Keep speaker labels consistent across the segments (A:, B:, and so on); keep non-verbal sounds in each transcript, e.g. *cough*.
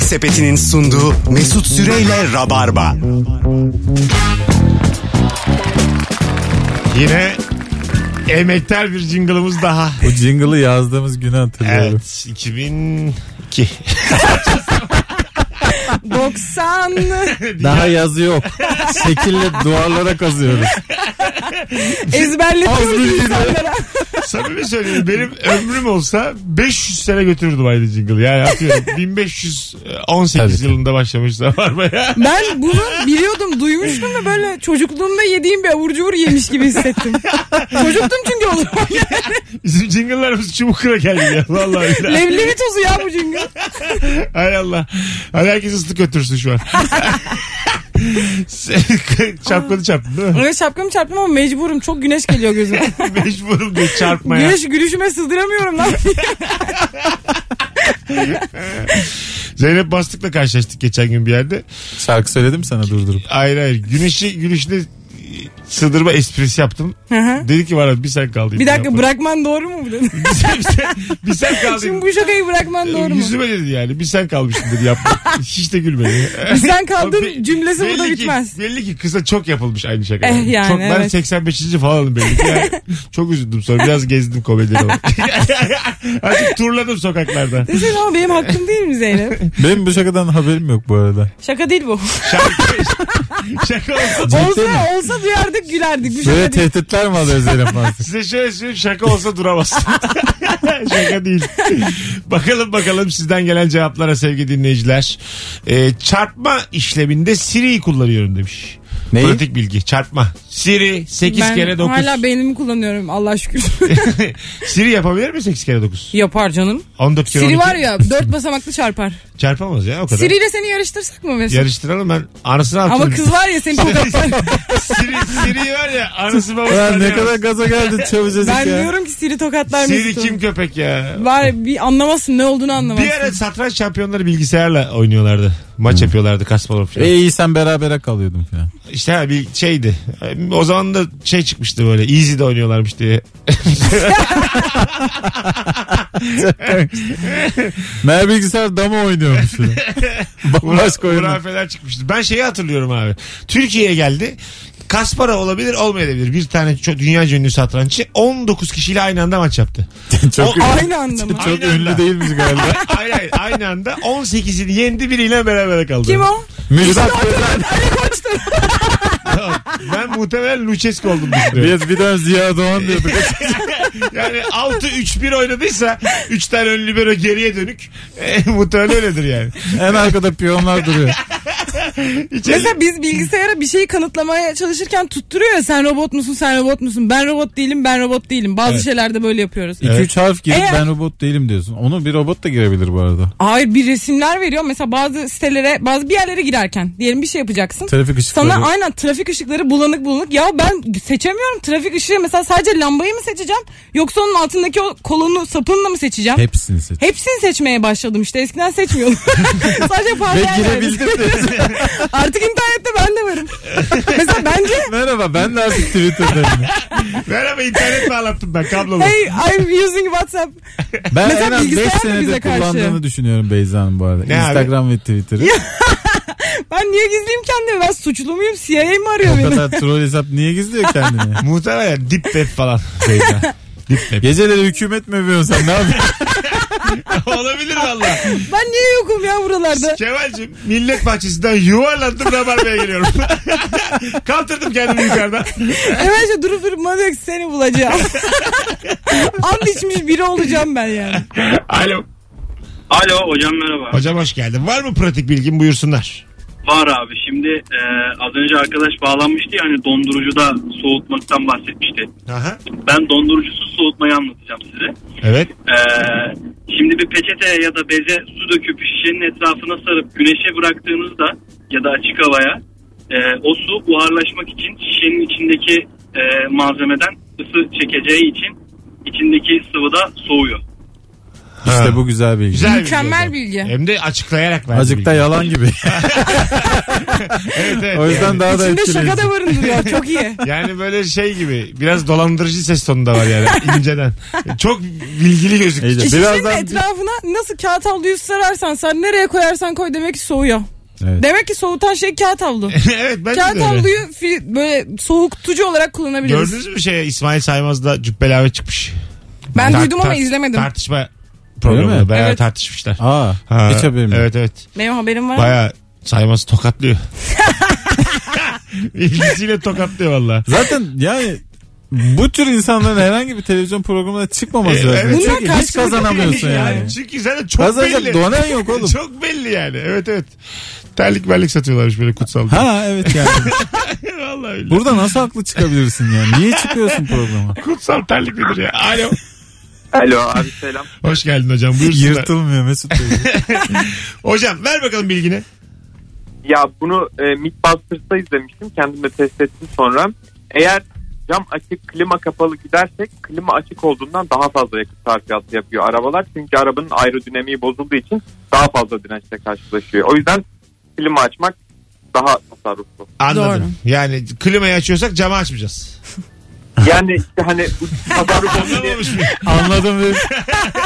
A: Sepeti'nin sunduğu Mesut Süreyle Rabarba.
B: Yine emektar bir jingle'ımız daha.
C: Bu jingle'ı yazdığımız günü hatırlıyorum.
B: Evet 2002.
D: 90.
B: *laughs*
C: Daha yazı yok. Şekille duvarlara
D: *laughs*
C: kazıyoruz. Az
D: Ezberletiyoruz
C: bilgiyle.
D: insanlara.
B: Samimi söyleyeyim benim ömrüm olsa 500 sene götürürdüm aynı jingle'ı. Yani atıyorum
D: *laughs*
B: 1518
C: Tabii.
B: yılında başlamışlar var mı ya?
D: Ben bunu biliyordum, duymuştum da böyle çocukluğumda yediğim bir avur cubur yemiş gibi hissettim. Çocuktum çünkü o zaman.
B: Bizim jingle'larımız çubukla geldi ya. Vallahi billahi.
D: Leblebi tozu ya bu jingle.
B: Hay Allah. Hadi herkes ıslık götürsün şu an. *laughs* Çapkını çarptın değil mi?
D: Öyle şapkamı çarptım ama mecburum. Çok güneş geliyor gözüme.
B: Mecburum diye çarpmaya.
D: Güneş gülüşüme sızdıramıyorum lan.
B: Zeynep Bastık'la karşılaştık geçen gün bir yerde.
C: Şarkı söyledim sana durdurup.
B: Hayır hayır. Güneşi gülüşüne sığdırma esprisi yaptım. Dedi ki bana bir sen kaldı.
D: bir dakika
B: Yapma.
D: bırakman doğru mu bu dedi.
B: bir sen, *laughs* bir sen, bir sen kaldı.
D: Şimdi bu şakayı bırakman doğru mu?
B: E, Yüzüme dedi yani. Bir sen kalmışsın dedi yapma.
D: *laughs*
B: Hiç de gülmedi. *laughs*
D: Sen kaldın
B: Be-
D: cümlesi burada
B: belli ki-
D: bitmez.
B: Belli ki kısa çok yapılmış aynı şaka.
D: Eh yani,
B: çok ben
D: evet.
B: 85. falanım belli ki.
D: *laughs*
B: Yani çok üzüldüm sonra biraz gezdim komedileri. *laughs* Artık turladım sokaklarda.
D: Desin ama benim hakkım değil mi
B: *laughs*
D: Zeynep?
C: Benim bu şakadan haberim yok bu arada.
D: Şaka değil bu.
B: Şarkı, şaka olsa
D: olsa olsa duyardık gülerdik. Bu
C: Böyle
D: şaka değil.
C: tehditler mi alıyor Zeynep
D: *laughs*
C: Mansur?
B: Size şöyle söyleyeyim şaka olsa duramazsın. *laughs* şaka değil. bakalım bakalım sizden gelen cevaplara sevgili dinleyiciler. Ee, çarpma işleminde Siri'yi kullanıyorum demiş.
C: Neyi?
B: Pratik bilgi çarpma. Siri 8
D: ben
B: kere 9.
D: hala beynimi kullanıyorum Allah
B: *laughs*
D: şükür.
B: Siri yapabilir mi 8 kere 9?
D: Yapar canım.
B: 14 kere
D: Siri
B: 12.
D: var ya dört basamaklı çarpar.
B: Çarpamaz ya o kadar.
D: Siri ile seni yarıştırsak mı mesela?
B: Yarıştıralım ben anasını atayım.
D: Ama kız var ya seni çok
B: *laughs* Siri, Siri var ya anası babası.
C: Ulan ne
B: tanıyor.
C: kadar gaza geldi çabucacık
D: Ben
C: ya.
D: diyorum ki Siri tokatlar
B: Siri
D: Mesut'u.
B: kim köpek ya?
D: Var ya, bir anlamazsın ne olduğunu anlamazsın.
B: Bir ara satranç şampiyonları bilgisayarla oynuyorlardı. Maç yapıyorlardı kasmalar falan.
C: E iyi sen berabere kalıyordun falan.
B: İşte ha bir şeydi. O zaman da şey çıkmıştı böyle. Easy de oynuyorlarmış diye.
C: Meğer bilgisayar dama oynuyormuş.
D: *laughs*
C: Bambaşka oyunu.
B: Hurafeler çıkmıştı. Ben şeyi hatırlıyorum abi. Türkiye'ye geldi. Kaspara olabilir olmayabilir. Bir tane çok dünya ünlü satranççı 19 kişiyle aynı anda maç yaptı.
C: Çok,
D: Aynı anda mı?
C: çok
B: Aynen
C: ünlü
B: la.
C: değilmiş galiba.
D: *laughs*
B: Hayır hayır aynı anda 18'ini yendi biriyle beraber kaldı.
D: Kim o?
C: Müjdat
B: Ben muhtemelen Lucescu oldum düşünüyorum.
C: Biz bir dönem Ziya Doğan diyorduk.
B: Yani 6-3-1 oynadıysa 3 tane ön libero geriye dönük e, muhtemelen öyledir yani.
C: en arkada piyonlar duruyor.
B: Hiç
D: Mesela biz bilgisayara bir şeyi kanıtlamaya çalışırken tutturuyor ya sen robot musun sen robot musun ben robot değilim ben robot değilim bazı şeylerde böyle yapıyoruz.
C: 2-3 harf girip
D: Eğer-
C: ben robot değilim diyorsun. Onu bir robot da girebilir bu arada.
D: Hayır bir resimler veriyor mesela bazı sitelere bazı bir yerlere girerken diyelim bir şey yapacaksın.
C: Trafik ışıkları.
D: sana aynen trafik ışıkları bulanık bulanık. Ya ben seçemiyorum trafik ışığı. Mesela sadece lambayı mı seçeceğim? Yoksa onun altındaki o kolunu sapını mı seçeceğim?
C: Hepsini seç.
D: Hepsini seçmeye başladım işte.
C: *laughs*
D: Eskiden seçmiyordum. *laughs* sadece
C: Ve
D: parlayan
C: girebildim de.
D: *laughs* Artık internette ben de varım. *laughs* Mesela bence
C: Merhaba ben de artık Twitter'dayım.
B: Merhaba internet bağlattım ben kablolu.
D: hey I'm using WhatsApp.
C: Ben
D: Mesela
C: en az 5
D: bilgisayar da bize
C: senedir
D: karşı.
C: kullandığını düşünüyorum Beyza'nın bu arada.
B: Ne abi?
C: Instagram ve Twitter'ı.
D: Ben niye gizleyeyim kendimi? Ben suçlu muyum? CIA mi arıyor
C: o
D: beni?
C: kadar troll hesap niye gizliyor
D: *laughs*
C: kendini? Ah,
B: Muhtemelen dip web falan. Beyza. dip web.
C: Geceleri hükümet mi övüyorsun sen ne yapıyorsun?
B: Olabilir valla.
D: Ben niye yokum ya buralarda?
B: Kemal'cim millet bahçesinden yuvarlandım rabarbaya geliyorum. *laughs* Kaldırdım kendimi yukarıdan.
D: Hemen işte durup durup bana diyor ki seni
C: *laughs*
D: bulacağım. *laughs* Ant içmiş biri olacağım ben yani.
B: Alo.
E: Alo hocam merhaba.
B: Hocam hoş geldin. Var mı pratik bilgin buyursunlar.
E: Var abi şimdi e, az önce arkadaş bağlanmıştı yani dondurucuda soğutmaktan bahsetmişti.
B: Aha.
E: Ben dondurucusuz soğutmayı anlatacağım size.
B: Evet.
E: E, şimdi bir peçete ya da beze su döküp şişenin etrafına sarıp güneşe bıraktığınızda ya da açık havaya e, o su buharlaşmak için şişenin içindeki e, malzemeden ısı çekeceği için içindeki sıvı da soğuyor.
C: İşte bu güzel bilgi.
B: Güzel bilgi
D: Mükemmel
B: hocam.
D: bilgi.
B: Hem de açıklayarak verdi
C: Azıcık da
B: bilgi.
C: yalan
B: *laughs*
C: gibi.
B: Evet, evet.
C: o yüzden daha da
D: İçinde şaka
C: etkileyici.
D: da
B: *laughs*
D: barındırıyor. Çok iyi.
B: Yani böyle şey gibi biraz dolandırıcı ses tonu da
D: *laughs*
B: var yani inceden. Çok bilgili gözüküyor.
C: İyice.
D: Şişenin
C: Birazdan
D: etrafına nasıl kağıt havluyu sararsan sen nereye koyarsan koy demek ki soğuyor.
C: Evet.
D: Demek ki soğutan şey kağıt havlu.
B: *laughs* evet bence
D: kağıt
B: de öyle.
D: havluyu fi- böyle soğutucu olarak kullanabiliriz.
B: Gördünüz mü şey İsmail Saymaz'da cübbelave çıkmış.
D: Ben
B: Tar-
D: duydum ama
B: tar-
D: izlemedim.
B: Tartışma programında
C: mi?
B: bayağı
D: Evet.
B: tartışmışlar.
C: Aa,
B: Ha,
C: hiç haberim yok.
B: Evet evet.
D: Benim haberim var.
B: Bayağı
D: *laughs*
B: Saymaz tokatlıyor. *laughs* İlgisiyle tokatlıyor valla.
C: Zaten yani bu tür insanların herhangi bir televizyon programına çıkmaması
B: E,
C: lazım.
B: evet.
D: Bunlar
C: Çünkü hiç
D: karşılıklı
B: *laughs*
C: kazanamıyorsun yani.
B: Çünkü zaten çok belli.
C: Kazanacak donen yok oğlum.
B: Çok belli yani. Evet evet. Terlik verlik satıyorlarmış böyle kutsalda.
C: Ha evet yani.
B: Vallahi öyle.
C: Burada nasıl haklı çıkabilirsin yani? Niye çıkıyorsun
B: *laughs*
C: programa?
B: Kutsal terlik nedir ya? Alo.
E: Alo abi selam.
B: Hoş geldin hocam. Buyursunlar.
C: Yırtılmıyor Mesut Bey.
B: Hocam ver bakalım bilgini.
E: Ya bunu e, Mythbusters'ta izlemiştim. Kendim de test ettim sonra. Eğer cam açık klima kapalı gidersek klima açık olduğundan daha fazla yakıt sarfiyatı yapıyor arabalar. Çünkü arabanın aerodinamiği bozulduğu için daha fazla dirençle karşılaşıyor. O yüzden klima açmak daha tasarruflu.
B: Anladım. Yani klimayı açıyorsak camı açmayacağız.
E: Yani işte hani bu tasarruf olsun diye-
B: Anlamamış mı?
C: Anladım dedim. *laughs*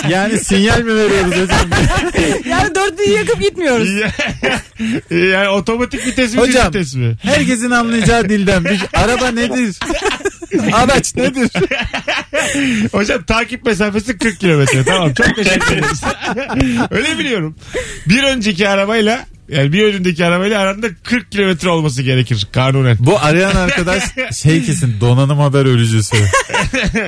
C: Yani sinyal mi veriyoruz hocam?
D: *laughs* Yani dört bin yakıp gitmiyoruz.
B: yani otomatik vites mi?
C: Hocam.
B: Hocam. Vites mi?
C: Herkesin anlayacağı dilden. Bir, araba nedir? Araç nedir?
B: Hocam takip mesafesi 40 kilometre. Tamam
C: *laughs*
B: çok teşekkür ederiz. Öyle biliyorum. Bir önceki arabayla yani bir önündeki arabayla aranda 40 kilometre olması gerekir kanunen.
C: Bu arayan arkadaş şey kesin donanım haber ölücüsü.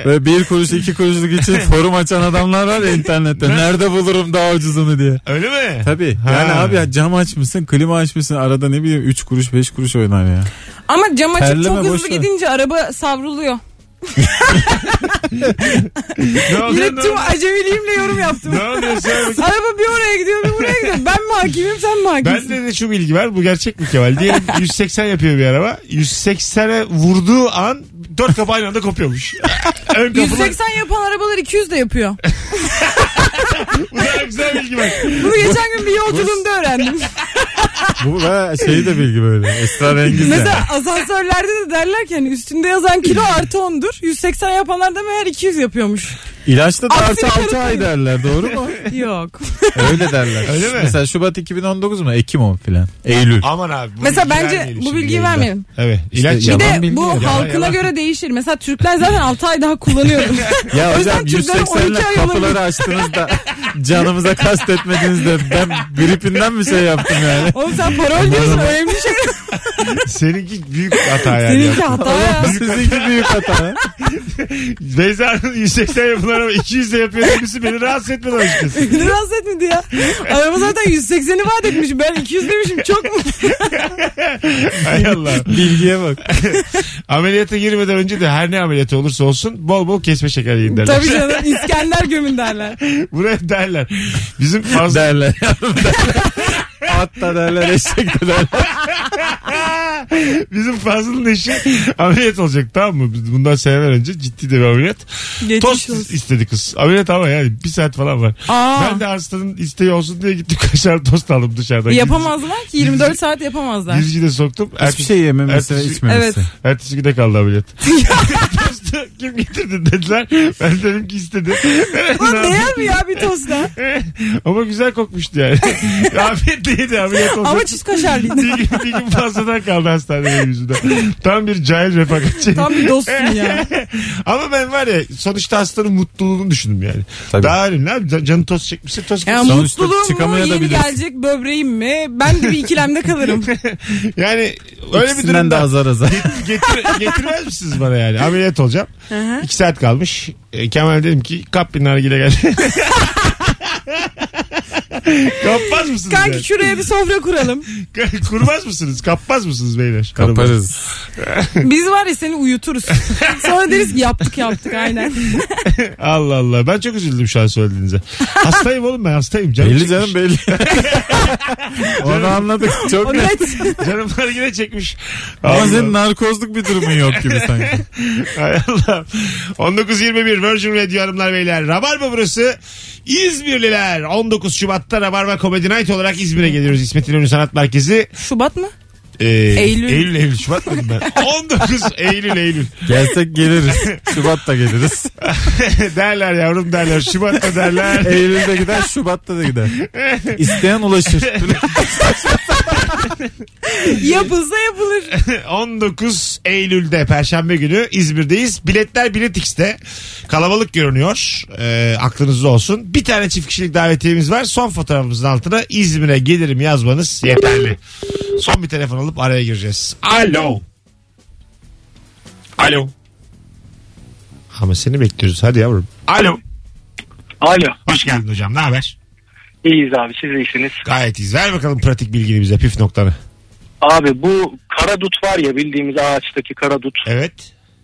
C: Böyle bir kuruş iki kuruşluk için forum açan adamlar var ya internette. Nerede bulurum daha ucuzunu diye.
B: Öyle mi?
C: Tabii.
B: Ha.
C: Yani abi cam açmışsın, klima açmışsın. Arada ne bileyim 3 kuruş 5 kuruş oynar ya.
D: Ama cam açık
C: Terleme,
D: çok hızlı
C: boş ver.
D: gidince araba savruluyor.
B: Ne oluyor?
D: Yine
B: Ne,
D: tüm acemiliğimle yorum yaptım.
B: *laughs* ne oluyor? Söyle bakayım.
D: Araba bir oraya gidiyor bir buraya gidiyor. Ben mi hakimim sen mi
B: Ben
D: hakimsin?
B: de, de şu bilgi var. Bu gerçek mi Kemal? Diyelim *laughs* 180 yapıyor bir araba. 180'e vurduğu an dört kapı aynı anda kopuyormuş. *laughs* Ön kapıdan
D: 180 yapan arabalar 200 de yapıyor.
B: Bu da güzel bilgi var.
D: Bunu geçen gün bir yolculuğumda
B: *laughs*
D: öğrendim.
C: Bu ve şey de bilgi böyle. Esrarengiz yani.
D: Mesela asansörlerde de derler ki hani üstünde yazan
B: *laughs*
D: kilo artı 10'dur. 180 yapanlar da meğer 200 yapıyormuş.
C: İlaçta da
D: Aksini
C: artı 6 ay
D: kanıtlayın.
C: derler doğru mu?
D: Yok.
C: Öyle derler.
B: Öyle mi?
C: Mesela Şubat 2019 mu? Ekim 10 filan. Eylül.
B: Aman abi. bu
D: Mesela
B: bilgiyi
D: bence
B: vermeyelim
D: bu
B: şimdi
D: bilgiyi
B: yayında.
D: vermeyelim.
B: Evet. İlaç
C: İşte
B: yap-
C: Yalan
D: Bir de
C: bilgi
D: bu
C: ya.
D: halkına
B: Yalan.
D: göre değişir. Mesela Türkler zaten 6 ay daha
B: *laughs*
D: kullanıyordu.
C: Ya
D: O
C: hocam
D: yüzden
C: 180
D: Türklerin 12
C: ile
D: ay
C: kapıları açtınız da canımıza kastetmediniz de ben gripinden mi şey yaptım
B: *laughs*
C: yani?
D: Oğlum sen parol diyorsun önemli şey.
B: Seninki büyük hata yani.
D: Seninki hata ya.
C: Sizinki büyük hata.
B: *laughs* Beyza'nın 180 yapılan ama 200 de yapıyor demesi beni rahatsız etmedi açıkçası.
D: Beni rahatsız etmedi ya. Araba zaten 180'i vaat etmiş. Ben 200 demişim. Çok mu?
B: Hay Allah.
C: *laughs* Bilgiye bak.
B: *laughs* Ameliyata girmeden önce de her ne ameliyatı olursa olsun bol bol kesme şeker yiyin derler.
D: Tabii canım. İskender gömün derler.
B: *laughs* Buraya derler. Bizim fazla...
C: Derler. At da derler, eşek de derler.
B: *laughs* Bizim Fazıl'ın eşi ameliyat olacak tamam mı? Biz Bundan seneler önce ciddi de bir ameliyat.
D: Geçmiş
B: Tost
D: olsun.
B: istedi kız. Ameliyat ama yani bir saat falan var.
D: Aa.
B: Ben de hastanın isteği olsun diye gittim *laughs* kaşar tost aldım dışarıdan.
D: Yapamazlar ki 24 saat yapamazlar.
B: Gizlice de soktum.
C: Hiçbir şey yememesi,
B: ertesi-
C: içmemesi.
D: Evet.
B: Ertesi güne
D: *laughs*
B: kaldı ameliyat. Tostu kim getirdi dediler. Ben dedim
D: *laughs*
B: ki istedi.
D: Ulan değer mi ya bir tosta?
B: *laughs* Ama güzel
D: *laughs*
B: kokmuştu yani. Afiyet ameliyat olsun.
D: Ama çiz kaşarlıydı.
B: bir, gün, bir gün fazladan kaldı hastanede benim yüzümden. Tam bir cahil refakatçi.
D: Tam bir dostsun ya.
B: Ama ben var ya sonuçta hastanın mutluluğunu düşündüm yani.
C: Tabii.
B: Daha önemli ne abi? Can- Canı toz çekmişse toz
D: Ya
B: çekmiş.
C: Sonuçta
D: mutluluğum mu yeni
C: çıkamayabilirsin.
D: gelecek böbreğim mi? Ben de bir ikilemde kalırım.
B: Yani öyle bir
C: İkisinden de
B: durumda
C: azar azar.
B: Get- getir, getirmez misiniz bana yani? Ameliyat olacağım. İki saat kalmış. E, Kemal dedim ki kap bir nargile gel.
C: *laughs*
B: Kapmaz mısınız?
D: Kanki şuraya bir sofra kuralım.
B: yani? Kurmaz mısınız? Kapmaz mısınız beyler?
C: Kaparız.
D: Biz var ya seni uyuturuz. Sonra deriz ki yaptık yaptık aynen.
B: Allah Allah. Ben çok üzüldüm şu an söylediğinize. Hastayım oğlum ben hastayım. Canım
C: Belli
B: çekmiş.
C: canım belli. *laughs* Onu anladık. Çok
D: O
C: net.
D: net.
B: Canım nargile çekmiş.
C: Ama
B: Allah.
C: senin narkozluk bir durumun yok gibi sanki.
B: Hay Allah. 19.21 Virgin Radio Hanımlar Beyler. Rabarba burası. İzmirliler 19 Şubat'ta Rabarba Comedy Night olarak İzmir'e geliyoruz. İsmet İnönü Sanat Merkezi.
D: Şubat mı?
B: Ee,
D: Eylül.
B: Eylül Eylül Şubat dedim ben. 19 Eylül Eylül.
C: *laughs*
B: *laughs*
C: Gelsek geliriz. Şubat'ta geliriz.
B: derler yavrum derler. Şubat'ta derler.
C: Eylül'de gider, Şubat'ta da gider. İsteyen ulaşır.
D: Yapılsa yapılır.
B: *laughs* 19 Eylül'de Perşembe günü İzmir'deyiz. Biletler Bilet X'te. Kalabalık görünüyor. Ee, aklınızda olsun. Bir tane çift kişilik davetiyemiz var. Son fotoğrafımızın altına İzmir'e gelirim yazmanız yeterli. Son bir telefon alıp araya gireceğiz. Alo. Alo. Ama seni bekliyoruz. Hadi yavrum. Alo.
F: Alo.
B: Hoş geldin hocam. Ne haber?
F: İyiyiz abi siz iyisiniz.
B: Gayet iyiyiz. Ver bakalım pratik bilgini bize. Püf noktanı.
F: Abi bu kara dut var ya bildiğimiz ağaçtaki kara dut.
B: Evet.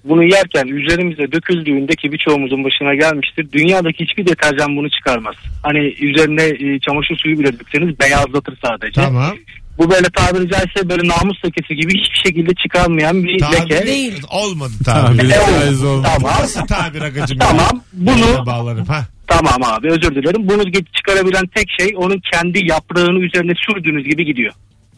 F: Bunu yerken üzerimize döküldüğünde ki birçoğumuzun başına gelmiştir. Dünyadaki hiçbir deterjan bunu çıkarmaz. Hani üzerine e, çamaşır suyu bile dökseniz beyazlatır sadece.
B: Tamam.
F: Bu böyle tabiri caizse böyle namus lekesi gibi hiçbir şekilde çıkarmayan bir leke.
B: Tabir, olmadı
C: Tabiri
B: tabir.
C: caiz olmaz.
F: Tamam.
B: Nasıl tabir agacım? ya?
F: Tamam.
B: Yayına
F: Bunu
B: bağlanıp ha.
F: tamam abi özür dilerim. Bunu ge- çıkarabilen tek şey onun kendi yaprağını üzerine sürdüğünüz gibi gidiyor.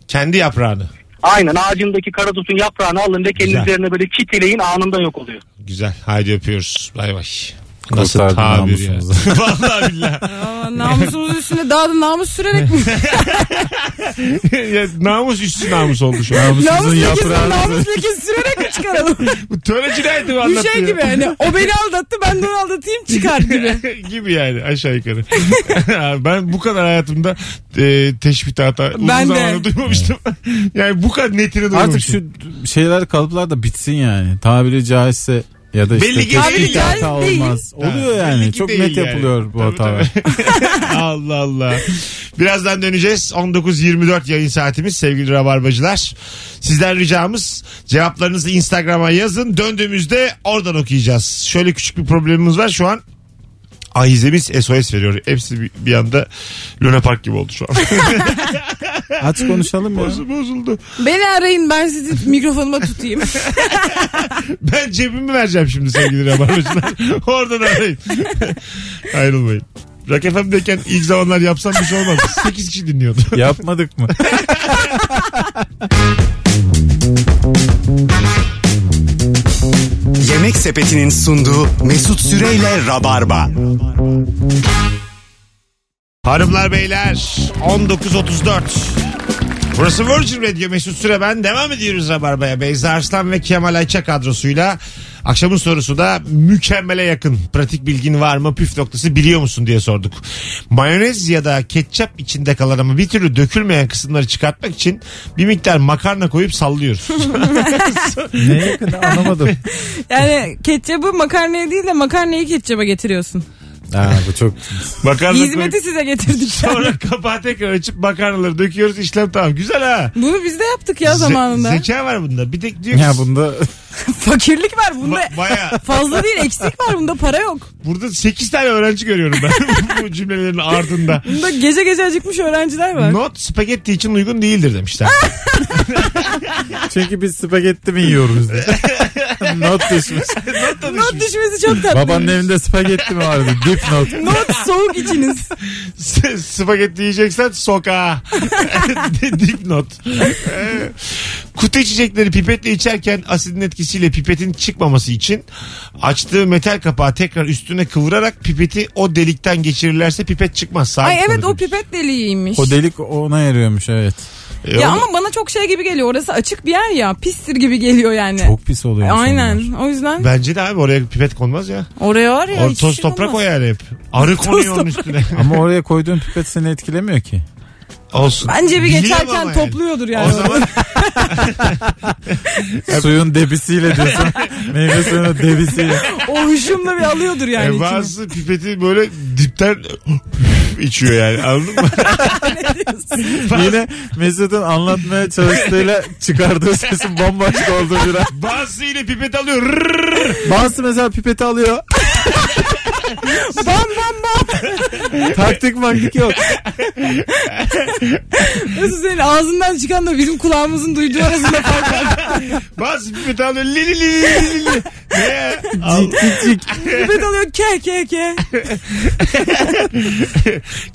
B: Kendi yaprağını.
F: Aynen ağacındaki karadutun yaprağını alın lekenin
B: Güzel.
F: üzerine böyle çiteleyin anında yok oluyor.
B: Güzel. Haydi öpüyoruz. Bay bay. Nasıl
C: Kurtardın
B: tabir ya?
C: namusumuzu.
B: *laughs* Vallahi billahi.
D: Aa, namusumuz üstüne daha da namus
C: *laughs*
D: sürerek mi?
B: Ya namus üstü namus oldu şu an.
C: Namusumuzun
D: namus lekesi,
C: yaprağını
D: namus lekesi sürerek mi çıkaralım?
B: Bu töre cinayeti mi
D: Bir
B: anlatıyor?
D: şey gibi hani o beni aldattı ben de onu aldatayım çıkar gibi.
B: *laughs* gibi yani aşağı yukarı. *laughs* ben bu kadar hayatımda e, teşbih hata uzun
D: Ben de.
B: zamandır duymamıştım. yani bu kadar netini duymamıştım.
C: Artık şu şeyler kalıplar da bitsin yani. Tabiri caizse ya da işte
B: Belli ki- Tabiri
C: teknik bir
D: caiz
C: hata
D: değil.
C: olmaz. Oluyor
B: Ha, belli
C: yani.
B: ki
C: Çok
B: değil
C: net
B: yani.
C: yapılıyor bu
B: Tabii,
C: hatalar.
B: tabii. Allah Allah. Birazdan döneceğiz. 19.24 yayın saatimiz sevgili Rabarbacılar. Sizden ricamız cevaplarınızı Instagram'a yazın. Döndüğümüzde oradan okuyacağız. Şöyle küçük bir problemimiz var şu an. Ahizemiz SOS veriyor. Hepsi bir, bir anda Luna Park gibi oldu şu an.
C: *laughs* Aç konuşalım ya.
B: Bozu- Bozuldu.
D: Beni arayın ben sizi mikrofonuma tutayım.
B: Ben cebimi vereceğim şimdi sevgili Rabarbacılar. Oradan arayın. Ayrılmayın. Rock FM'deyken ilk zamanlar yapsam bir şey olmaz. 8 kişi dinliyordu.
C: Yapmadık mı?
A: Yemek Sepeti'nin sunduğu Mesut Süreyle Rabarba.
B: Hanımlar beyler 19.34 Burası Virgin Radio Mesut Süre ben devam ediyoruz Rabarba'ya. Beyza Arslan ve Kemal Ayça kadrosuyla akşamın sorusu da mükemmele yakın. Pratik bilgin var mı püf noktası biliyor musun diye sorduk. Mayonez ya da ketçap içinde kalan ama bir türlü dökülmeyen kısımları çıkartmak için bir miktar makarna
C: *laughs*
B: koyup sallıyoruz.
C: *laughs* Neye yakın anlamadım.
D: Yani ketçabı makarnaya değil de makarnayı ketçaba getiriyorsun.
C: Ha, bu çok
B: makarna
D: Hizmeti
B: koyup
D: size getirdik.
B: *laughs* sonra kapağı tekrar açıp makarnaları döküyoruz işlem tamam. Güzel ha.
D: Bunu biz de yaptık ya
B: Ze-
D: zamanında.
B: zeka var bunda. Bir tek diyor ki
C: ya bunda *laughs*
D: Fakirlik var bunda.
B: ba- bayağı-
D: Fazla değil eksik var bunda para yok.
B: Burada 8 tane öğrenci görüyorum ben *laughs* bu cümlelerin ardında.
D: Bunda gece gece acıkmış öğrenciler var.
B: Not spagetti için uygun
D: *laughs*
B: değildir demişler.
C: çünkü biz spagetti mi yiyoruz diye. *laughs* Not düşmüş.
B: Not da
D: Not
B: düşmüş.
D: düşmesi çok tatlı.
C: Babanın evinde spagetti mi vardı? Dip not.
D: Not soğuk
B: *laughs*
D: içiniz.
B: S- spagetti yiyeceksen sokağa. *laughs* Dip not. Ee, Kutu içecekleri pipetle içerken asidin etkisiyle pipetin çıkmaması için açtığı metal kapağı tekrar üstüne kıvırarak pipeti o delikten geçirirlerse pipet çıkmaz. Sabit
D: Ay evet
B: kalır
D: o
B: demiş.
D: pipet deliğiymiş.
C: O delik ona yarıyormuş evet.
B: Ee,
D: ya
B: onu-
D: ama bana çok şey gibi geliyor. Orası açık bir yer ya. Pistir gibi geliyor yani.
C: Çok pis oluyor.
D: Aynen. O yüzden
B: Bence de abi oraya pipet konmaz ya.
D: oraya var ya.
B: Or-
D: hiç
B: toz
D: şey
B: toprak
D: olmaz.
B: o yani hep.
D: *laughs*
B: Arı konuyor onun üstüne.
C: Ama oraya koyduğun pipet seni etkilemiyor ki.
B: Olsun.
D: Bence bir
B: Biliyorum
D: geçerken
B: ama yani.
D: topluyordur yani.
B: O zaman
C: Suyun debisiyle
B: *laughs*
C: diyorsun. Meyve suyunun debisiyle.
D: *laughs* O hışımla bir alıyordur yani.
B: e,
D: içine.
B: bazı pipeti böyle dipten içiyor yani anladın mı?
C: Yine Mesut'un anlatmaya çalıştığıyla çıkardığı sesin bambaşka olduğu bir an.
B: *laughs* Bazısı yine pipet alıyor. Rrrr.
C: Bazısı mesela pipeti alıyor.
D: Bam bam bam.
C: Taktik maktik yok.
D: Nasıl senin ağzından çıkan da bizim kulağımızın duyduğu arasında fark var.
B: Bas pipet alıyor. Li li li li li li. Ne ya? Al.
C: Cik cik.
D: Pipet alıyor ke ke ke.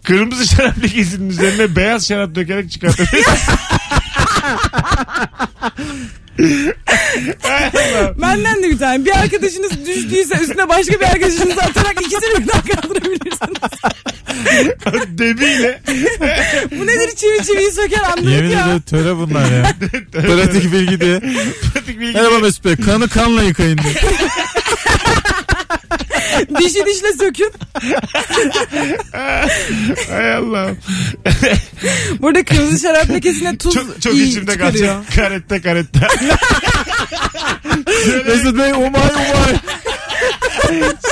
B: Kırmızı şarap lekesinin üzerine beyaz şarap
D: *laughs*
B: dökerek çıkartabiliriz.
D: Benden de bir tane. Bir arkadaşınız düştüyse üstüne başka bir arkadaşınızı atarak ikisini birden kaldırabilirsiniz.
B: Debiyle.
D: Bu nedir çivi çiviyi söker anlıyor
C: Yemin
D: ya.
C: ederim *laughs* töre bunlar ya. Pratik bilgi diye.
B: Pratik bilgi.
C: Merhaba Mesut Bey kanı kanla yıkayın diye.
D: Dişi dişle sökün.
B: Hay Allah'ım.
D: Burada kırmızı şarap lekesine tuz
B: Çok, çok
D: iyi
B: içimde
D: çıkarıyor.
B: kalacak. Karette karette. *laughs*
C: Mesut Bey umay umay.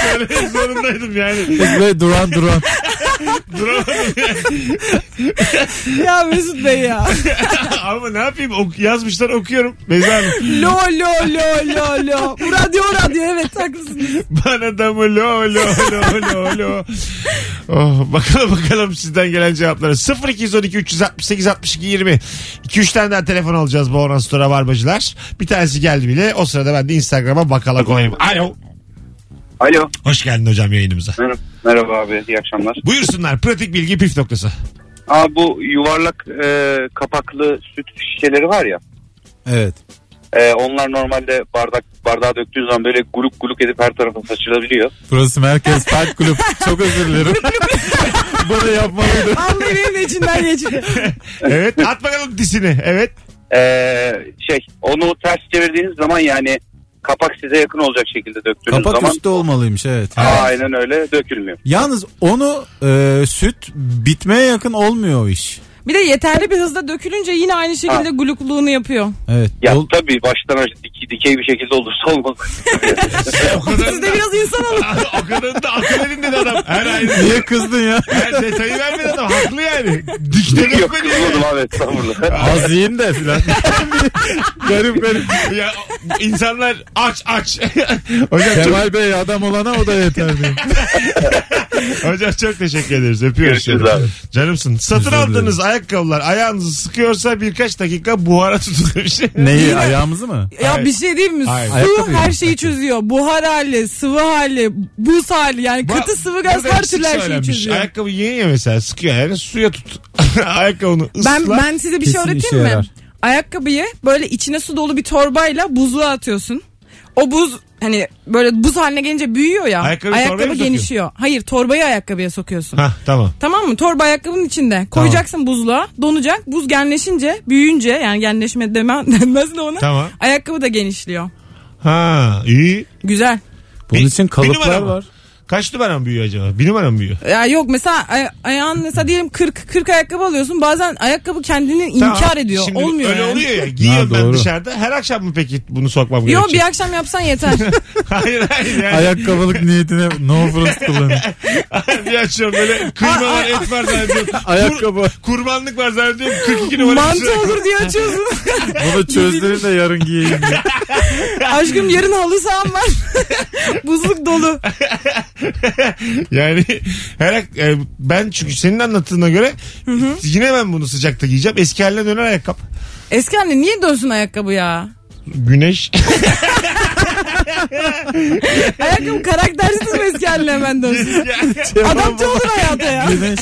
B: Söylemek zorundaydım yani.
C: Mesut Bey duran duran.
B: Duramadım
D: Ya Mesut Bey ya.
B: ama ne yapayım ok yazmışlar okuyorum. Beyza Hanım
D: Lo lo lo lo lo. Bu radyo o radyo evet haklısınız.
B: bana da mı lo lo lo lo lo. Oh, bakalım bakalım sizden gelen cevapları. 0212 368 62 20. 2-3 tane daha telefon alacağız bu Oran Store'a barbacılar. Bir tanesi geldi bile. O sırada ben de Instagram'a bakala koyayım. Alo.
E: Alo.
B: Hoş geldin hocam yayınımıza.
E: Merhaba abi. iyi akşamlar.
B: Buyursunlar pratik bilgi püf noktası.
E: Aa, bu yuvarlak e, kapaklı süt şişeleri var ya.
C: Evet.
E: E, onlar normalde bardak bardağa döktüğün zaman böyle guluk guluk edip her tarafa saçılabiliyor.
C: Burası Merkez Park Kulüp. Çok özür dilerim. *laughs* Bunu yapmalıydım.
D: Vallahi benim de içimden geçiyor.
B: Evet at bakalım disini. Evet.
E: E, şey onu ters çevirdiğiniz zaman yani kapak size yakın olacak şekilde döktüğünüz zaman
C: olmalıymış evet.
E: aynen öyle dökülmüyor.
C: Yalnız onu e, süt bitmeye yakın olmuyor o iş.
D: Bir de yeterli bir hızda dökülünce yine aynı şekilde glukluğunu yapıyor.
C: Evet.
E: Ya
C: dol-
E: tabii baştan aşağı dik- dikey bir şekilde olursa olmaz.
B: O kadar
D: Siz de biraz insan
B: *laughs*
D: olun.
B: o kadar da akıl edin dedi adam. Her ayrı.
C: Niye kızdın ya?
B: Her detayı vermedi adam. Haklı yani. Dikte
E: Yok
B: dökmedi. yani.
E: kızmadım abi estağfurullah.
C: Az yiyeyim de filan. *laughs* garip garip.
B: Ya insanlar aç aç. hocam, çok,
C: Kemal Bey adam olana o da yeter diyor.
B: hocam çok teşekkür ederiz. Öpüyoruz.
E: Görüşürüz
B: seni.
E: abi.
B: Canımsın. Satın
C: Özür dilerim.
B: aldığınız ayakkabılar ayağınızı sıkıyorsa birkaç dakika buhara *laughs* tutulmuş.
C: *laughs* Neyi ayağımızı mı?
D: Ya
B: Hayır.
D: bir şey diyeyim mi?
B: Hayır.
D: Su
C: Ayakkabı
D: her
C: yok.
D: şeyi çözüyor. Buhar hali, sıvı hali, buz hali yani
B: Ba-
D: katı sıvı gaz
B: Burada
D: her
B: eksik
D: türlü her şeyi
B: söylenmiş.
D: çözüyor.
B: Ayakkabı yeniyor mesela sıkıyor yani suya tut. *laughs* Ayakkabını ısla.
D: Ben ben size bir şey
C: Kesin işe
D: öğreteyim mi?
C: yarar.
D: Ayakkabıyı böyle içine su dolu bir torbayla buzluğa atıyorsun. O buz hani böyle buz haline gelince büyüyor ya.
B: Ayakkabıyı torbaya mı
D: ayakkabı
B: sokuyorsun?
D: genişiyor. Hayır torbayı ayakkabıya sokuyorsun.
B: Hah tamam.
D: Tamam mı? Torba ayakkabının içinde. Koyacaksın buzluğa. Donacak. Buz genleşince, büyüyünce yani genleşme deme, *laughs* denmez de ona.
B: Tamam.
D: Ayakkabı da genişliyor.
B: Ha iyi.
D: Güzel.
C: Bunun
B: Bir-
C: için
B: bir numara
C: kalıplar
B: mı?
C: var.
B: Kaç numara mı büyüyor acaba? Bir numara mı büyüyor?
D: Ya yok mesela ay- ayağın mesela diyelim 40 40 ayakkabı alıyorsun. Bazen ayakkabı kendini
B: Tamam.
D: inkar ediyor.
B: Şimdi
D: Olmuyor
B: Öyle
D: yani.
B: oluyor ya. Giyiyorum
C: Ha,
B: ben
C: doğru.
B: dışarıda. Her akşam mı peki bunu
D: Yo
B: sokmam *laughs* gerekecek?
D: bir akşam yapsan yeter.
B: hayır hayır yani.
C: Ayakkabılık niyetine no frost kullanıyor.
B: *laughs* bir açıyorum böyle kıyma var et var zannediyorum.
C: Ayakkabı.
B: Kur- kurbanlık var zannediyorum. 42 numara.
D: Mantı
B: üstüne koy.
D: olur diye
B: *laughs*
D: açıyorsun.
C: Bunu çözdürün de yarın giyeyim diye.
D: Aşkım yarın halı saham var. *laughs* Buzluk dolu.
B: Yani *laughs* her ak- e, ben çünkü senin anlattığına göre yine ben bunu sıcakta giyeceğim. Eski haline döner ayakkabı.
D: Eski anne niye dönsün ayakkabı ya?
B: Güneş. *laughs*
D: Ayakkabı karaktersiz mi eski haline hemen
B: *laughs*
D: dönsün? Adapte olur hayata ya.
C: Güneş.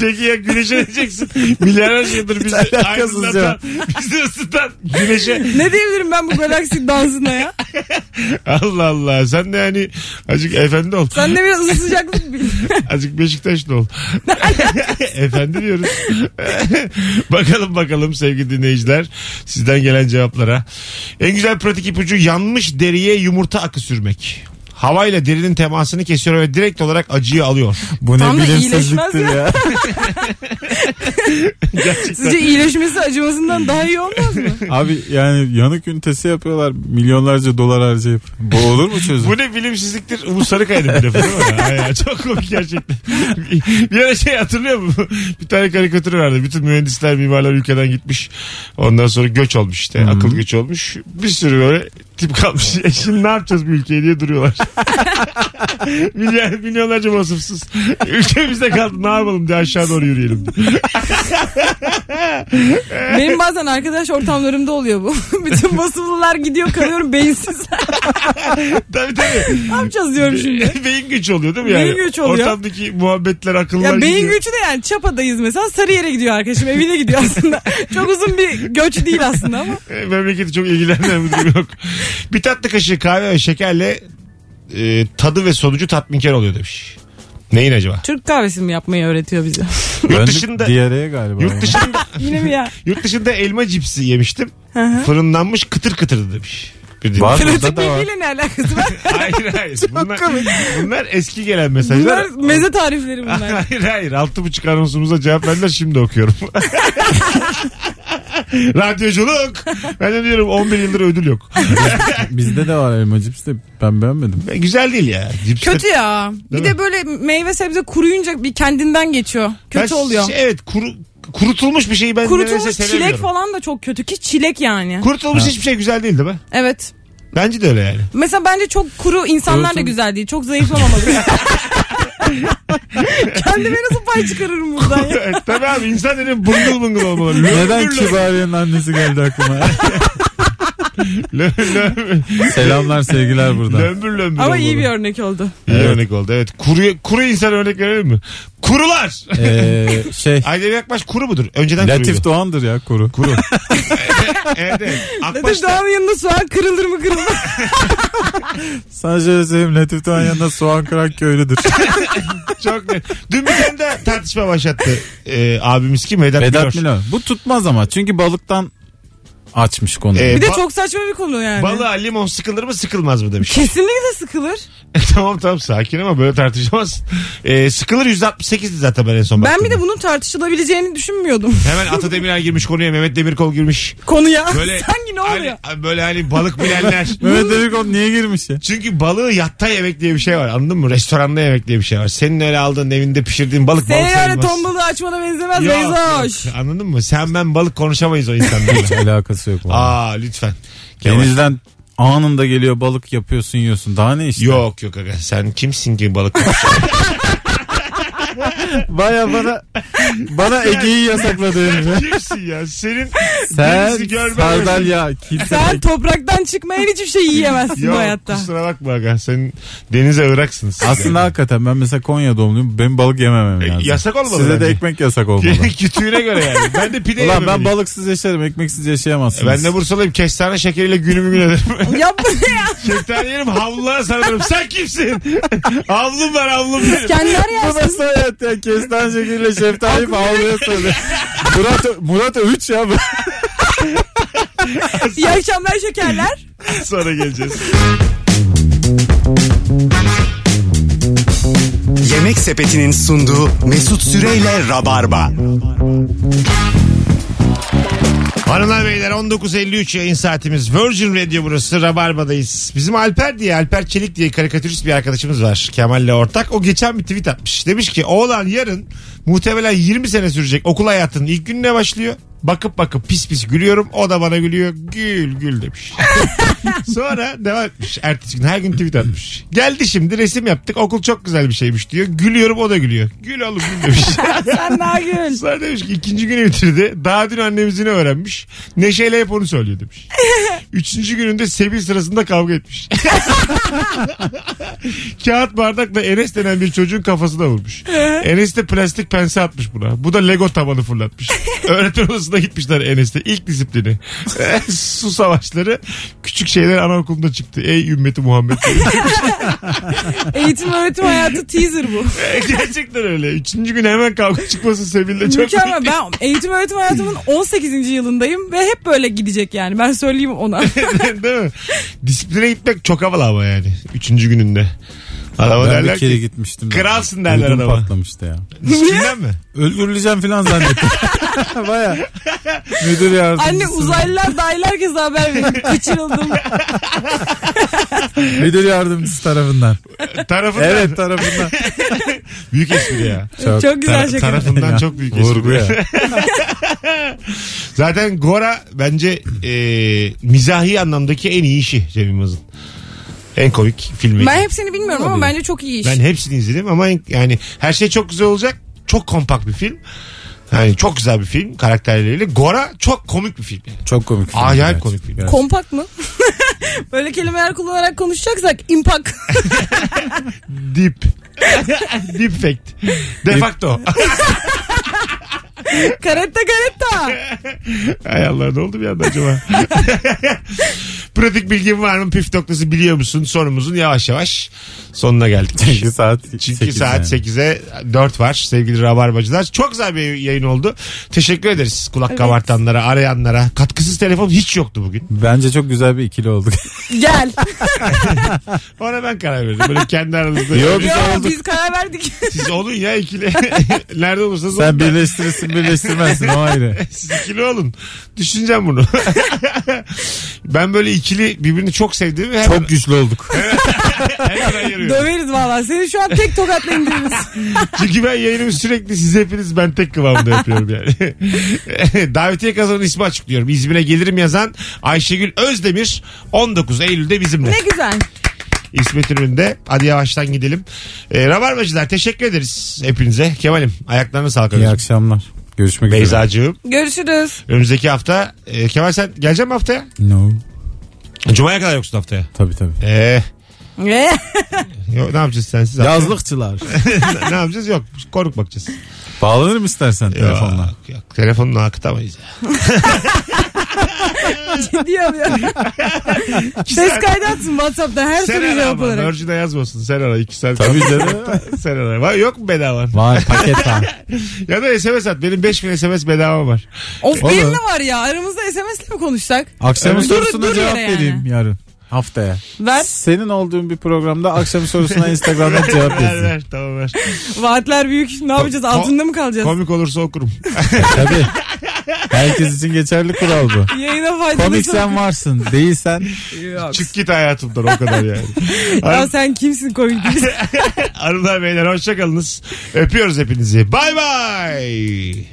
B: Peki ya güneşe ne diyeceksin? Milyarlarca yıldır bizi
C: alakasız
B: aydınlatan, bizi ısıtan güneşe.
D: Ne diyebilirim ben bu galaksi dansına ya?
B: Allah Allah sen de yani azıcık efendi ol.
D: Sen de biraz ısı sıcaklık
B: *laughs*
D: bil.
B: Azıcık Beşiktaşlı ol. *laughs* Efendi diyoruz. *laughs* bakalım bakalım sevgili dinleyiciler sizden gelen cevaplara. En güzel pratik ipucu yanmış deriye yumurta akı sürmek. Havayla derinin temasını kesiyor ve direkt olarak acıyı alıyor.
C: Bu
D: Tam
C: ne
D: da
C: bilimsizliktir
D: iyileşmez
C: ya.
D: Sizce iyileşmesi acımasından daha iyi olmaz mı?
C: *laughs* Abi yani yanık ünitesi yapıyorlar. Milyonlarca dolar harcayıp. Bu olur mu çözüm?
B: Bu ne bilimsizliktir? Umut Sarıkaya'nın bir lafı değil
D: *laughs*
B: mi? Ha ya, çok komik gerçekten. Bir ara şey hatırlıyor musun? Bir tane karikatürü vardı. Bütün mühendisler, mimarlar ülkeden gitmiş. Ondan sonra göç olmuş işte. Akıl göç olmuş. Bir sürü böyle tip kalmış.
D: *laughs*
B: E şimdi ne yapacağız bu ülkeye diye duruyorlar. Milyar, milyonlarca vasıfsız. Ülkemizde kaldı ne yapalım diye aşağı doğru yürüyelim.
D: Benim bazen arkadaş ortamlarımda oluyor bu. *laughs* Bütün basımlılar gidiyor kalıyorum beyinsizler.
B: tabii tabii.
D: ne yapacağız diyorum şimdi.
B: beyin güç oluyor değil mi yani?
D: Beyin göçü oluyor.
B: Ortamdaki muhabbetler akıllar
D: Ya beyin
B: gidiyor.
D: göçü de yani Çapa'dayız mesela Sarıyer'e gidiyor arkadaşım evine gidiyor
B: *laughs*
D: aslında. Çok uzun bir göç değil aslında ama.
B: E, Memleketi çok ilgilenmeyen bir durum
D: *laughs*
B: yok. Bir tatlı kaşığı kahve ve şekerle e, tadı ve sonucu tatminkar oluyor demiş. Neyin acaba?
D: Türk kahvesi mi yapmayı öğretiyor bize?
B: *laughs* Yurt dışında,
C: Diğeriye galiba.
B: yurt dışında,
D: *laughs* Yine mi ya?
B: yurt dışında elma cipsi yemiştim.
D: Hı hı.
B: Fırınlanmış kıtır kıtırdı demiş. Bir dinleyici.
C: Var
D: Pratik
C: burada da var.
D: bilgiyle ne alakası var?
B: *laughs* Hayır hayır. Bunlar,
D: komik.
B: bunlar eski gelen mesajlar.
D: Bunlar meze tarifleri bunlar.
B: *laughs* hayır hayır. Altı buçuk anonsumuza cevap verdiler
D: *laughs*
B: şimdi okuyorum. Radyoculuk. Ben de diyorum 11 yıldır
D: *laughs*
B: ödül yok.
C: Bizde de var elma cips de ben beğenmedim.
B: Güzel değil ya. Cips de-
D: Kötü ya. bir
B: Değil
D: de
B: mi?
D: böyle meyve sebze kuruyunca bir kendinden geçiyor. Kötü
B: Ben
D: oluyor.
B: şey- evet kuru, kurutulmuş bir şeyi ben nedense
D: Kurutulmuş çilek
B: sevemiyorum.
D: falan da çok kötü ki çilek yani.
B: Kurutulmuş hiçbir şey güzel değil değil mi?
D: Evet.
B: Bence de
D: *laughs*
B: öyle yani.
D: Mesela bence çok kuru insanlar da
C: Kurutulmuş-
D: güzel değil. Çok zayıflamamalı. *laughs* Kendime nasıl pay çıkarırım buradan ya?
B: Evet, Tabii abi insan dedim bıngıl bıngıl olmalı. Lö-
C: Neden Kibariye'nin annesi geldi aklıma? *laughs*
B: lö- lö-
C: Selamlar sevgiler buradan.
B: Lömbür lömbür
D: Ama iyi bir
B: olmalı.
D: örnek oldu.
B: İyi örnek oldu evet. Kuru, kuru insan örnek verelim mi? Kurular.
C: Ee, şey
B: Aydemir Akbaş kuru mudur? Önceden kuruydu.
C: Latif Doğan'dır ya kuru. Kuru.
B: Evet,
D: *laughs*
B: evet.
D: Dedim
B: Akbaş da-
D: doğanın yanında soğan kırılır mı kırılmaz.
C: *laughs* Sana şöyle söyleyeyim Latif Doğan yanında soğan kıran
B: *laughs*
C: köylüdür.
B: Çok net. Dün bir tane de tartışma başlattı. Ee, abimiz kim? Vedat,
C: Vedat
B: Milor.
C: Milor. Bu tutmaz ama çünkü balıktan açmış konuyu. *laughs*
B: Ee,
D: Bir de
B: ba-
D: çok saçma bir konu yani.
B: Balığa limon sıkılır mı sıkılmaz mı demiş.
D: Kesinlikle sıkılır.
B: *laughs* tamam tamam sakin ama böyle tartışamazsın. Ee, sıkılır 168'di zaten ben en son
D: Ben bir de
B: baktığımda.
D: bunun tartışılabileceğini düşünmüyordum.
B: Hemen Ata Demirer girmiş konuya Mehmet Demirkol girmiş.
D: *laughs* Konuya.
B: *laughs*
D: *laughs*
B: Böyle
D: Sanki ne oluyor?
B: Hani, böyle hani
D: *laughs*
B: balık bilenler.
C: Mehmet Demirkol niye girmiş ya?
B: Çünkü balığı yatta yemek diye bir şey var anladın mı? Restoranda yemek diye bir şey var. Senin öyle aldığın evinde pişirdiğin balık balık
D: Senin öyle
B: sayılmaz.
D: ton balığı açmana benzemez
B: Yok,
D: Beyzoş.
B: yok. Anladın mı? Sen ben balık konuşamayız o
D: *laughs*
B: insanlarla.
C: Hiç alakası yok. vallahi.
B: Aa lütfen. Kemal.
C: Denizden anında geliyor balık yapıyorsun yiyorsun. Daha ne işte?
B: Yok yok aga sen kimsin ki balık
C: *laughs* Baya bana bana Ege'yi yasakladı
B: *laughs*
C: herif.
B: Kimsin ya? Senin
C: Sen
B: denizi görmem-
C: sardalya kilise.
B: *laughs*
D: Sen topraktan çıkmayan hiçbir şey yiyemezsin bu
B: Yok
D: hayatta.
B: kusura bakma aga sen denize ıraksın. siz.
C: Aslında hakikaten ben mesela Konya doğumluyum. Benim balık yememem
B: E,
C: lazım.
B: yasak olmalı
C: Size
B: bence.
C: de ekmek yasak olmalı.
B: *laughs* Kütüğüne göre yani. Ben de pide
C: Ulan
B: yemem.
C: ben balıksız yaşarım, ekmeksiz yaşayamazsınız.
B: E, ben de Bursalıyım. Kestane şekeriyle günümü gün
C: *laughs*
B: ederim.
D: Yapma *laughs* ya.
B: Kestane yerim havlulara sarılırım. Sen kimsin? *laughs* avlum var avlum benim.
D: Kendiler
C: Bu
D: yersin.
C: nasıl hayat ya? Kestane şekeriyle şeftali bağlıyor söyle. Murat, Murat Övüç ya. bu.
D: İyi akşamlar
B: *laughs*
D: şekerler.
B: Sonra geleceğiz.
A: Yemek Sepeti'nin sunduğu Mesut Süreyle Rabarba.
B: Hanımlar beyler 19.53 yayın saatimiz. Virgin Radio burası. Rabarba'dayız. Bizim Alper diye Alper Çelik diye karikatürist bir arkadaşımız var. Kemal'le ortak. O geçen bir tweet atmış. Demiş ki oğlan yarın muhtemelen 20 sene sürecek okul hayatının ilk gününe başlıyor. Bakıp bakıp pis pis gülüyorum. O da bana gülüyor. Gül gül demiş. *laughs* Sonra devam etmiş. Ertesi gün her gün tweet atmış. Geldi şimdi resim yaptık. Okul çok güzel bir şeymiş diyor. Gülüyorum o da gülüyor. Gül oğlum gül demiş. *laughs*
D: Sen Nagül.
B: Sonra demiş ki ikinci günü bitirdi. Daha dün annemizin ne öğrenmiş. Neşeyle hep onu söylüyor demiş. Üçüncü gününde Sevil sırasında kavga etmiş. Kağıt bardakla Enes denen bir çocuğun kafasına vurmuş. Enes de plastik pense atmış buna. Bu da Lego tabanı fırlatmış. Öğretmen odasına gitmişler Enes'te. İlk disiplini. Su savaşları. Küçük şeyler anaokulunda çıktı. Ey ümmeti Muhammed.
D: Eğitim öğretim hayatı teaser bu.
B: Gerçekten öyle. Üçüncü gün hemen kavga çıkması Sevil'le *laughs* çok
D: Mükemmel. Ben eğitim öğretim hayatımın 18. yılındayım ve hep böyle gidecek yani. Ben
B: *laughs*
D: söyleyeyim ona.
B: Değil mi? Disipline gitmek çok havalı ama yani. Üçüncü gününde. Araba
C: Ben
B: derler
C: bir kere
B: ki.
C: gitmiştim.
B: Kralsın derler
C: Ödüm
B: adama.
C: patlamıştı ya. *laughs*
B: Cidden mi?
C: Öldürüleceğim falan
B: *laughs*
C: zannettim. Baya. Müdür yardımcısı.
D: Anne uzaylılar dahil herkese haber verin. *laughs* Kaçırıldım.
C: Müdür yardımcısı tarafından.
B: Tarafından.
C: evet tarafından.
B: Büyük espri ya.
D: Çok, güzel
B: Tar-
D: şaka.
B: tarafından
C: Ya,
B: çok büyük espri.
C: Vurgu ya.
B: Zaten Gora bence e, mizahi anlamdaki en iyi işi Cem Yılmaz'ın. En komik filmi.
D: Ben hepsini bilmiyorum ama bence çok iyi iş.
B: Ben hepsini izledim ama en- yani her şey çok güzel olacak. Çok kompakt bir film. Yani çok güzel bir film karakterleriyle. Gora çok komik bir film. yani.
C: Çok komik. film.
B: Acayip
C: Evet.
B: komik film.
C: Evet.
D: Kompak mı? *laughs* Böyle kelimeler kullanarak konuşacaksak impak. *laughs*
B: Deep. *laughs* Deep fact. De facto.
D: karetta karetta.
B: Hay Allah ne oldu bir
C: *laughs*
B: anda acaba? Pratik bilgin var mı? Püf noktası biliyor musun? Sorumuzun yavaş yavaş sonuna geldik.
C: Çünkü saat
B: Çünkü
C: sekiz
B: saat
C: yani.
B: 8'e 4 var sevgili Rabarbacılar. Çok güzel bir yayın oldu. Teşekkür ederiz kulak kabartanlara, arayanlara. Katkısız telefon hiç yoktu bugün.
C: Bence çok güzel bir ikili
B: *laughs*
C: olduk.
D: Gel.
B: Ona ben karar verdim.
C: *laughs*
B: Böyle kendi aranızda.
C: Yok,
B: Böyle-
C: Biz
D: Yo,
C: olduk.
D: biz karar verdik.
B: Siz olun ya
C: *laughs*
B: ikili. Nerede olursanız
C: Sen
B: olun. Ben-
C: birleştirirsin birleştirmezsin o ayrı.
B: Siz ikili olun. Düşüneceğim bunu. *laughs* ben böyle ikili birbirini *laughs* çok sevdiğimi hemen,
C: Çok güçlü olduk.
B: hemen
D: *laughs*
B: ayırıyorum.
D: Döveriz vallahi. Seni şu an tek tokatla indiririz.
B: *laughs* Çünkü ben yayınımı sürekli siz hepiniz ben tek kıvamda yapıyorum yani. *laughs* Davetiye kazanan ismi açıklıyorum. İzmir'e gelirim yazan Ayşegül Özdemir 19 Eylül'de bizimle.
D: ne güzel.
B: İsmet İnönü'nde. Hadi yavaştan gidelim. Ee, Rabarbacılar teşekkür ederiz hepinize. Kemal'im ayaklarına sağlık.
C: İyi
B: abicim.
C: akşamlar. Görüşmek üzere.
B: Beyza'cığım.
D: Görüşürüz.
B: Önümüzdeki hafta. e, Kemal sen gelecek mi haftaya?
C: No.
B: Cuma'ya kadar yoksun haftaya.
C: Tabii tabii.
B: Ee,
D: Ve
B: yo- ne yapacağız sensiz? *laughs*
C: Yazlıkçılar.
B: ne yapacağız? Yok. Konuk bakacağız.
C: Bağlanırım istersen telefonla.
B: Yok, yok. Telefonla akıtamayız. ya.
D: ciddi alıyor.
B: *laughs*
D: Ses kaydı atsın WhatsApp'ta her
B: Sen
D: soruyu
B: ara
D: cevap
B: ama.
D: olarak.
B: Virgin'e yazmasın. Sen ara. iki saat.
C: Tabii canım.
B: *laughs* Sen ara. Var, yok mu bedava?
C: Vay paket var.
B: Ya da SMS at. Benim 5000 SMS bedava var.
D: Of
C: Olur.
D: benim ne var ya? Aramızda SMS'le mi konuşsak?
C: Akşamın
D: Dur-
C: sorusuna
D: dur
C: cevap
D: yere yani.
C: vereyim yarın. Haftaya.
D: Ver.
C: Senin olduğun bir programda akşam sorusuna
B: *laughs*
C: Instagram'dan cevap
B: ver
C: yazın.
B: ver. Tamam ver.
D: Vaatler büyük. Ne yapacağız?
B: Ko-
D: Altında mı kalacağız?
B: Komik olursa okurum.
C: Tabii. Herkes için geçerli kural bu.
D: Yayına faydalı.
C: Komiksen varsın, değilsen
D: Yok.
B: Çık git hayatımdan o kadar yani.
D: Ya sen kimsin komik değilsin.
B: Hanımlar beyler hoşçakalınız. Öpüyoruz hepinizi. Bay bay.